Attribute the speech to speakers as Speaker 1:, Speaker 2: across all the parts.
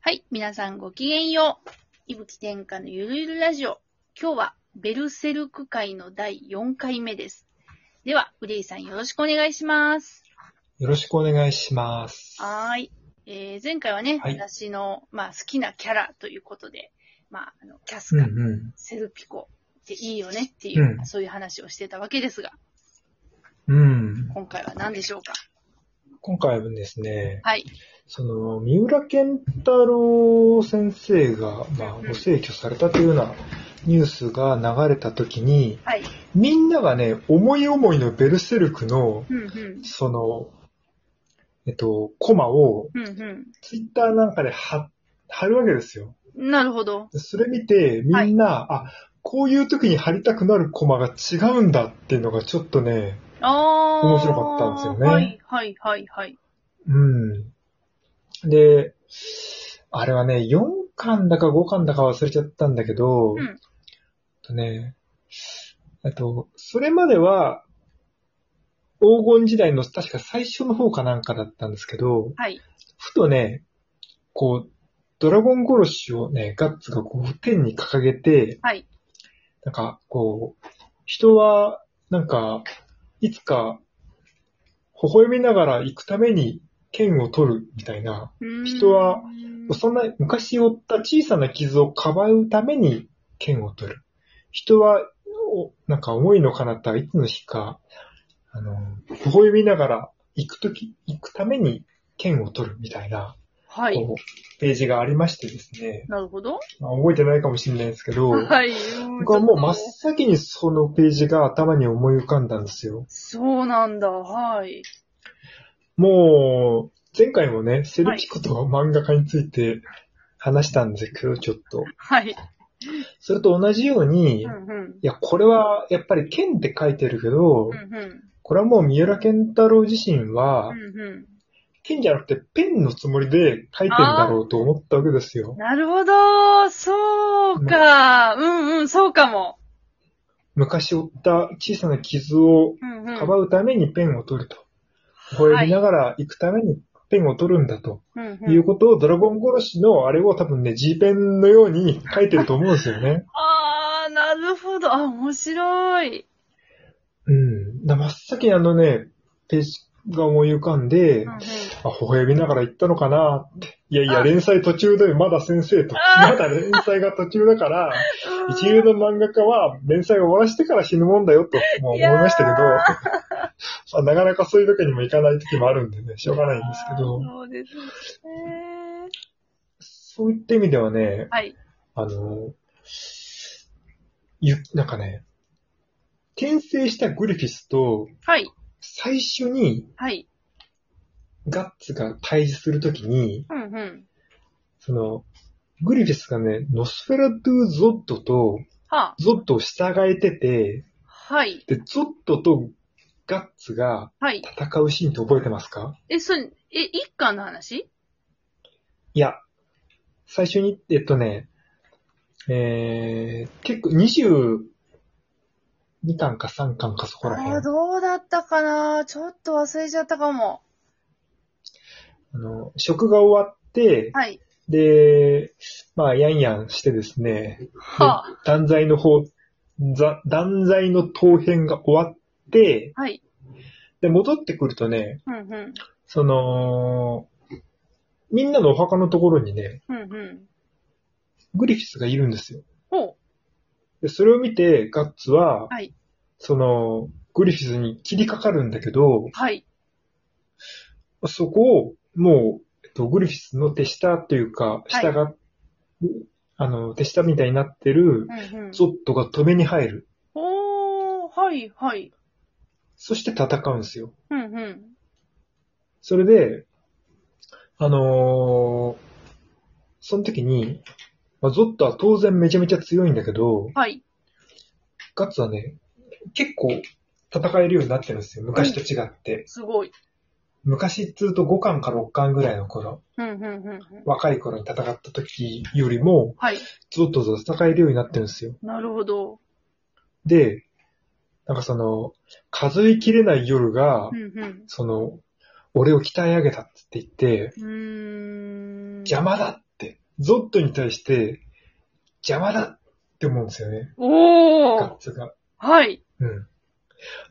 Speaker 1: はい。皆さんごきげんよう。いぶき天下のゆるゆるラジオ。今日はベルセルク会の第4回目です。では、ウレイさんよろしくお願いします。
Speaker 2: よろしくお願いします。
Speaker 1: はーい。えー、前回はね、
Speaker 2: はい
Speaker 1: 私の、まあ、好きなキャラということで、まあ、あのキャス
Speaker 2: うん
Speaker 1: カ、
Speaker 2: う
Speaker 1: セルピコっていいよねっていう、
Speaker 2: うん
Speaker 1: そういう話をしてたわけですが、
Speaker 2: ん。うん。
Speaker 1: 今回は何でしょうか
Speaker 2: 今回はですね、
Speaker 1: はい。
Speaker 2: その、三浦健太郎先生が、まあ
Speaker 1: うん、
Speaker 2: ご逝去されたというようなニュースが流れた時に、
Speaker 1: はい。
Speaker 2: みんながね、思い思いのベルセルクの、
Speaker 1: うんうん。
Speaker 2: その、えっと、コマを、
Speaker 1: うん
Speaker 2: ツイッターなんかで貼、貼るわけですよ。
Speaker 1: うん。なるほど。
Speaker 2: でそれ見て、みんな、あ、こういう時に貼りたくなるコマが違うんだっていうのがちょっとね、
Speaker 1: あー。
Speaker 2: 面白かったんですよね
Speaker 1: はい、はい、はい、はい。
Speaker 2: うん。で、あれはね、4巻だか5巻だか忘れちゃったんだけど、
Speaker 1: うん
Speaker 2: とね、あと、それまでは、黄金時代の確か最初の方かなんかだったんですけど、
Speaker 1: はい。
Speaker 2: ふとね、こう、ドラゴン殺しをね、ガッツがこう、天に掲げて、
Speaker 1: はい。
Speaker 2: なんか、こう、人は、なんか、いつか、微笑みながら行くために剣を取るみたいな、人はそんな昔負った小さな傷をかばうために剣を取る。人は、おなんか思いの彼方、いつの日か、あの、微笑みながら行くとき、行くために剣を取るみたいな、
Speaker 1: はい。
Speaker 2: こう、ページがありましてですね、
Speaker 1: なるほど。
Speaker 2: まあ、覚えてないかもしれないですけど、
Speaker 1: はい。
Speaker 2: 僕はもう真っ
Speaker 1: ちょっと
Speaker 2: 先にそのページが頭に思い浮かんだんですよ。
Speaker 1: そうなんだ。はい。
Speaker 2: もう、前回もね、セルピコと漫画家について話したんですけど、ちょっと。
Speaker 1: はい。
Speaker 2: それと同じように、
Speaker 1: うんうん。
Speaker 2: いや、これは、やっぱり剣って書いてるけど
Speaker 1: う、んうん。
Speaker 2: これはもう三浦健太郎自身は
Speaker 1: う、んう
Speaker 2: 剣じゃなくてペンのつもりで書いてるんだろうと思ったわけですよ
Speaker 1: ん。。なるほど。そうか。うんうん。そうかも。
Speaker 2: 昔負った小さな傷を
Speaker 1: うんうん。
Speaker 2: かばうためにペンを取ると。これ見ながら行くためにペンを取るんだと
Speaker 1: うんうん
Speaker 2: いうことを、ドラゴン殺しのあれを多分ね、G ペンのように書いてると思うんですよね。
Speaker 1: あー、なるほど。あ、面白い。
Speaker 2: うん。だから真っ先にあのね、ページが思い浮かんで、
Speaker 1: うんうん
Speaker 2: あ、微笑みながら言ったのかなって。いやい
Speaker 1: あ
Speaker 2: や、連載途中だよ、まだ先生と。
Speaker 1: あ
Speaker 2: まだ連載が途中だから、
Speaker 1: うん
Speaker 2: 一流の漫画家は連載を終わらしてから死ぬもんだよと、もう思いましたけど、
Speaker 1: いや
Speaker 2: まあ、なかなかそういう時にも行かない時もあるんでね、しょうがないんです
Speaker 1: あー
Speaker 2: けど、
Speaker 1: そうですね。
Speaker 2: そういった意味ではね、
Speaker 1: はい。
Speaker 2: あの、ゆ、なんかね、転生したグリフィスと
Speaker 1: はい。
Speaker 2: 最初に
Speaker 1: はい。
Speaker 2: ガッツが対峙するときに、
Speaker 1: うんうん。
Speaker 2: その、グリフィスがね、ノスフェラドゥ・ゾッドと、
Speaker 1: はあ。
Speaker 2: ゾッドを従えてて、
Speaker 1: はい。
Speaker 2: で、ゾッドとガッツが
Speaker 1: はい。
Speaker 2: 戦うシーンって覚えてますか
Speaker 1: え、それ、え、一巻の話
Speaker 2: いや、最初に、えっとね、えー、結構22巻か3巻かそこら
Speaker 1: あー
Speaker 2: 辺。
Speaker 1: どうだったかなちょっと忘れちゃったかも。
Speaker 2: あの、食が終わって、
Speaker 1: はい。
Speaker 2: で、まあ、やんやんしてですね、
Speaker 1: は
Speaker 2: 断罪の方、ざ断罪の当編が終わって、
Speaker 1: あ。はい。
Speaker 2: で、戻ってくるとね、
Speaker 1: うんうん。
Speaker 2: その、みんなのお墓のところにね、
Speaker 1: うんうん。
Speaker 2: グリフィスがいるんですよ。
Speaker 1: ほ
Speaker 2: で、それを見て、ガッツは、
Speaker 1: はい
Speaker 2: その、グリフィスに切りかかるんだけど
Speaker 1: う。、はい。
Speaker 2: そこを、もう、えっと、グリフィスの手下というか、
Speaker 1: い
Speaker 2: 下が、あの、手下みたいになってる
Speaker 1: う、んうん。
Speaker 2: ゾットが止めに入る。
Speaker 1: おー、はい、はい。
Speaker 2: そして戦うんですよ。
Speaker 1: うんうん。
Speaker 2: それで、あのーその時に、まあ、ゾットは当然めちゃめちゃ強いんだけど、
Speaker 1: はい。
Speaker 2: ガッツはね、結構戦えるようになってるんですよ。昔と違って。
Speaker 1: すごい。
Speaker 2: 昔っつうと5巻か6巻ぐらいの頃、
Speaker 1: うんうんうんうん。
Speaker 2: 若い頃に戦った時よりも、
Speaker 1: はい。
Speaker 2: ずっとずっと戦えるようになってるんですよ。
Speaker 1: なるほど。
Speaker 2: で、なんかその、数えきれない夜が
Speaker 1: う、んうん。
Speaker 2: その、俺を鍛え上げたって言って、
Speaker 1: うーん。
Speaker 2: 邪魔だってゾットに対して、邪魔だって思うんですよね。
Speaker 1: お
Speaker 2: ガッ
Speaker 1: ー
Speaker 2: ツが。
Speaker 1: はい。
Speaker 2: うん。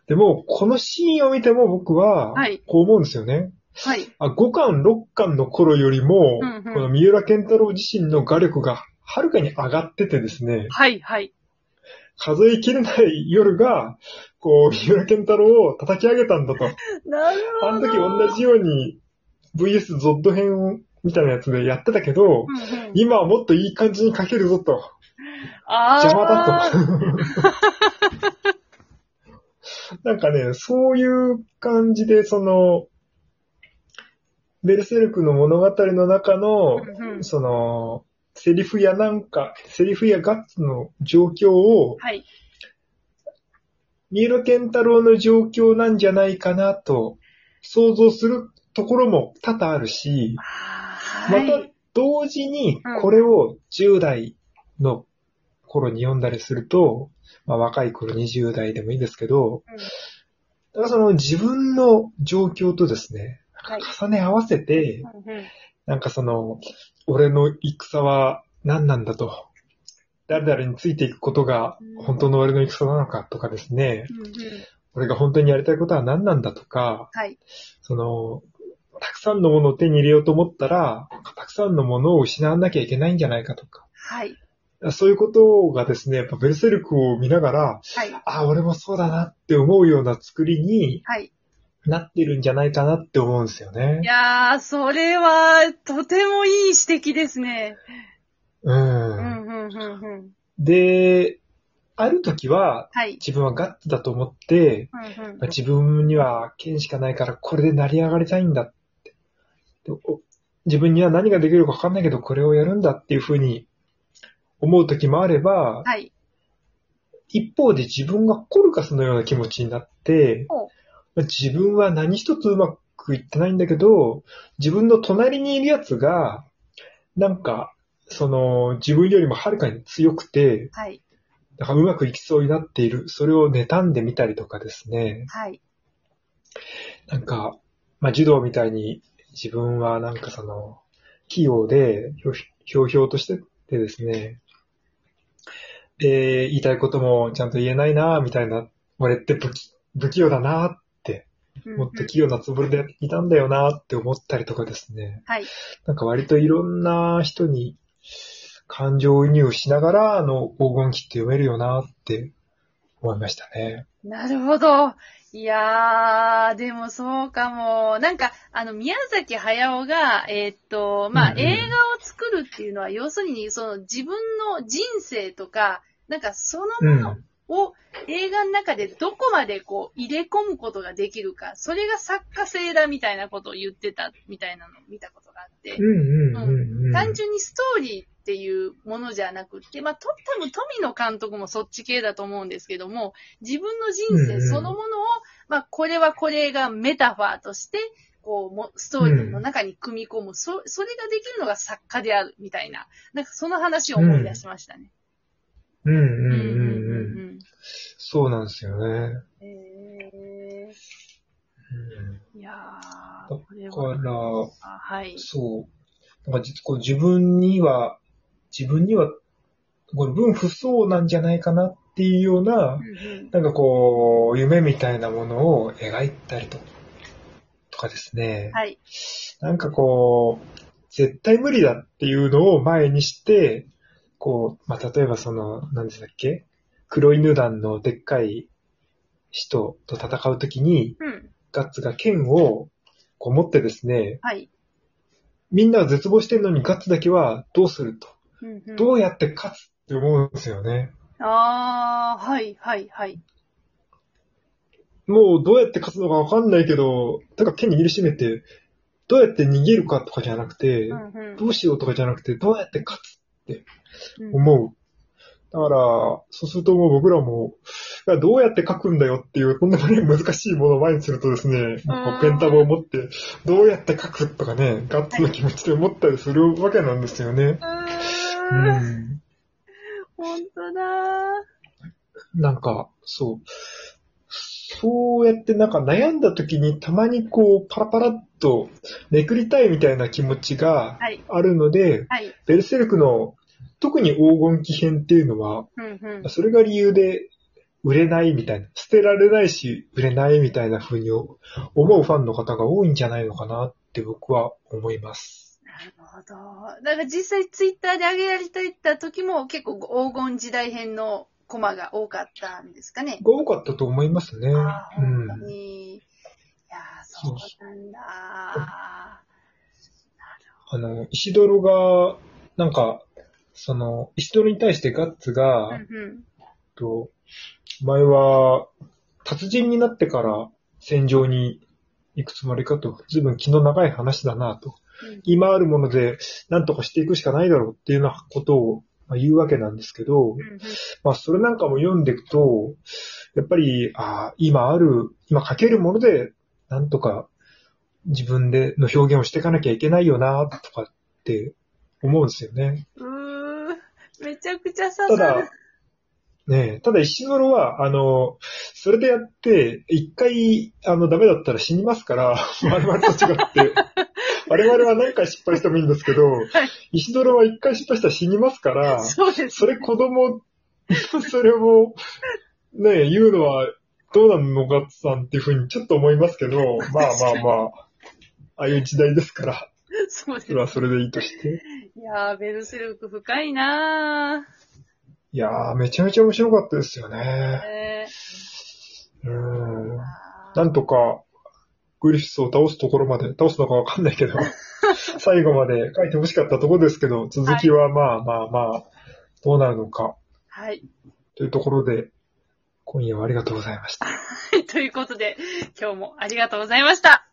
Speaker 2: でも、このシーンを見ても僕は
Speaker 1: はい、
Speaker 2: こう思うんですよね。
Speaker 1: はい。
Speaker 2: あ5巻、6巻の頃よりも、
Speaker 1: うんうん
Speaker 2: この三浦健太郎自身の画力がはるかに上がっててですね、
Speaker 1: はい、はい。
Speaker 2: 数えきれない夜が、こう、三浦健太郎を叩き上げたんだと。
Speaker 1: なるほど。
Speaker 2: あの時同じように VS ゾッド編をみたいなやつでやってたけ
Speaker 1: うん
Speaker 2: ど、
Speaker 1: うん。
Speaker 2: 今はもっといい感じに書けるぞと。
Speaker 1: あー
Speaker 2: 邪魔だと。 なんかね、そういう感じで、その、ベルセルクの物語の中の、
Speaker 1: うんうん
Speaker 2: その、セリフやなんか、セリフやガッツの状況を、
Speaker 1: はい。
Speaker 2: 三浦健太郎の状況なんじゃないかなと、想像するところも多々あるし、
Speaker 1: あー
Speaker 2: ま
Speaker 1: はい。
Speaker 2: た同時に
Speaker 1: うん
Speaker 2: これを10代の頃に読んだりすると、まあ、若い頃20代でもいいですけど
Speaker 1: うん、
Speaker 2: だからその自分の状況とですね、
Speaker 1: はい。
Speaker 2: 重ね合わせて、
Speaker 1: うんうん
Speaker 2: なんかその、俺の戦は何なんだと、誰々についていくことが本当の俺の戦なのかとかですね、
Speaker 1: うんうん
Speaker 2: 俺が本当にやりたいことは何なんだとか、
Speaker 1: はい。
Speaker 2: その、たくさんのものを手に入れようと思ったら、たくさんのものを失わなきゃいけないんじゃないかとか。
Speaker 1: はい。
Speaker 2: そういうことがですね、やっぱベルセルクを見ながら、
Speaker 1: はい。
Speaker 2: ああ、俺もそうだなって思うような作りに
Speaker 1: はい。
Speaker 2: なってるんじゃないかなって思うんですよね
Speaker 1: い。やー、それは、とてもいい指摘ですね。
Speaker 2: う。
Speaker 1: うんん、うん、うん、うん。
Speaker 2: で、ある時は
Speaker 1: はい。
Speaker 2: 自分はガッツだと思って、
Speaker 1: うん、うん。
Speaker 2: 自分には剣しかないからこれで成り上がりたいんだって。でお自分には何ができるか分かんないけど、これをやるんだっていうふうに思う時もあれば、
Speaker 1: はい。
Speaker 2: 一方で自分がコルカスのような気持ちになって
Speaker 1: お、
Speaker 2: 自分は何一つうまくいってないんだけど、自分の隣にいるやつが、なんか、その、自分よりもはるかに強くて、
Speaker 1: はい。
Speaker 2: なんかうまくいきそうになっている。それを妬んでみたりとかですね。
Speaker 1: はい。
Speaker 2: なんか、まあ、児童みたいに自分はなんかその、器用で、ひょひょうひょうとしててですね、で、言いたいこともちゃんと言えないな、みたいな、俺って不器不器用だな、
Speaker 1: うんうん
Speaker 2: もっと器用なつもりでいたんだよな、って思ったりとかですね、
Speaker 1: はい。
Speaker 2: なんか割といろんな人に感情移入しながら、あの、黄金期って読めるよな、って思いましたね。
Speaker 1: なるほど。いやー、でもそうかも。なんか、あの、宮崎駿が、えーっと、まあ、
Speaker 2: うんうん
Speaker 1: 映画を作るっていうのは、要するに、その、自分の人生とか、なんか、その
Speaker 2: う
Speaker 1: もの
Speaker 2: ん。
Speaker 1: を映画の中でどこまでこう、入れ込むことができるか、それが作家性だみたいなことを言ってた、みたいなのを見たことがあって。
Speaker 2: うんうんうんうん。
Speaker 1: 単純にストーリーっていうものじゃなくって、まあ、と、多分富野監督もそっち系だと思うんですけども、自分の人
Speaker 2: うんう
Speaker 1: 生
Speaker 2: ん
Speaker 1: そのものを、まあ、これはこれがメタファーとして、こう、もストーリーの中に組み込む、そ、それができるのが作家である、みたいな。なんかその話を思い出しましたね。
Speaker 2: うんう
Speaker 1: うんん
Speaker 2: うんうん。
Speaker 1: ん。
Speaker 2: そうなんですよね。
Speaker 1: え
Speaker 2: う
Speaker 1: ー、いやー、
Speaker 2: だ
Speaker 1: これ
Speaker 2: ん、だか
Speaker 1: は、
Speaker 2: ら、
Speaker 1: あはい。
Speaker 2: そう。なんか実こう自分には、自分には、これ分不相応なんじゃないかなっていうような
Speaker 1: う、んうん
Speaker 2: なんかこう、夢みたいなものを描いたりととかですね。
Speaker 1: はい。
Speaker 2: なんかこう、絶対無理だっていうのを前にして、こう、まあ、例えばその、何でしたっけ黒犬団のでっかい人と戦うときに、
Speaker 1: うん。
Speaker 2: ガッツが剣をこう持ってですね、
Speaker 1: はい。
Speaker 2: みんなは絶望してるのにガッツだけはどうすると。
Speaker 1: うんうん、
Speaker 2: どうやって勝つって思うんですよね。
Speaker 1: あー、はい、はい、はい。
Speaker 2: もうどうやって勝つのかわかんないけど、だから剣握りしめて、どうやって逃げるかとかじゃなくて
Speaker 1: う、んうん
Speaker 2: どうしようとかじゃなくて、どうやって勝つ
Speaker 1: うん
Speaker 2: 思う。だから、そうするともう僕らも、いやどうやって書くんだよっていう、こんなに難しいものを前にするとですね、
Speaker 1: あ
Speaker 2: こ
Speaker 1: ー
Speaker 2: うペンタブを持って、どうやって書くとかね、ガッツの気持ちで思ったりするわけなんですよね。う
Speaker 1: うーん、
Speaker 2: ん。
Speaker 1: 本当だー。
Speaker 2: なんか、そう。そうやってなんか悩んだ時にたまにこうパラパラっとめくりたいみたいな気持ちが
Speaker 1: はい。
Speaker 2: あるので、
Speaker 1: はい。
Speaker 2: ベルセルクの特に黄金期編っていうのは、
Speaker 1: うんうん。
Speaker 2: それが理由で売れないみたいな、捨てられないし売れないみたいな風に思うファンの方が多いんじゃないのかなって僕は思います。
Speaker 1: なるほど。だから実際ツイッターで上げられていった時も結構黄金時代編のコマが多かったんですかね。
Speaker 2: が多かったと思いますね。
Speaker 1: ああ、
Speaker 2: う
Speaker 1: 本当
Speaker 2: ん。
Speaker 1: に。いやーそうなんだ。
Speaker 2: あの、石泥が、なんか、その、石泥に対してガッツが、
Speaker 1: うんうん。
Speaker 2: と、前は、達人になってから戦場に行くつもりかと、ずいぶん気の長い話だなと
Speaker 1: うん。
Speaker 2: 今あるもので、なんとかしていくしかないだろうっていうようなことをまあ言うわけなんですけど、
Speaker 1: うんうん
Speaker 2: まあそれなんかも読んでいくと、やっぱり、ああ、今ある、今書けるもので、なんとか自分での表現をしていかなきゃいけないよな、とかって思うんですよね。
Speaker 1: うーめちゃくちゃ
Speaker 2: た
Speaker 1: 刺さる
Speaker 2: だ。、ねえ、ただ石泥は、あの、それでやって、一回、あの、ダメだったら死にますから、 我々と違って、我々は何回失敗してもいいんですけど、石泥は一回失敗したら死にますから、
Speaker 1: そうです。
Speaker 2: それ子供、 それを、ねえ、言うのは、どうなのかさんっていうふうにちょっと思いますけど、まあまあまあ、ああいう時代ですから、
Speaker 1: そうで
Speaker 2: そ
Speaker 1: す
Speaker 2: れ。はそれでいいとして。
Speaker 1: いやー、ベルセルク深いない
Speaker 2: やー、めちゃめちゃ面白かったですよね
Speaker 1: ー。。え
Speaker 2: うん
Speaker 1: ー。
Speaker 2: なんとか、グリフィスを倒すところまで、倒すのかわかんないけど、最後まで書いて欲しかったところですけど、続きはまあまあまあ、どうなるのか、
Speaker 1: はい。
Speaker 2: というところで、今夜はありがとうございました。
Speaker 1: ということで、今日もありがとうございました。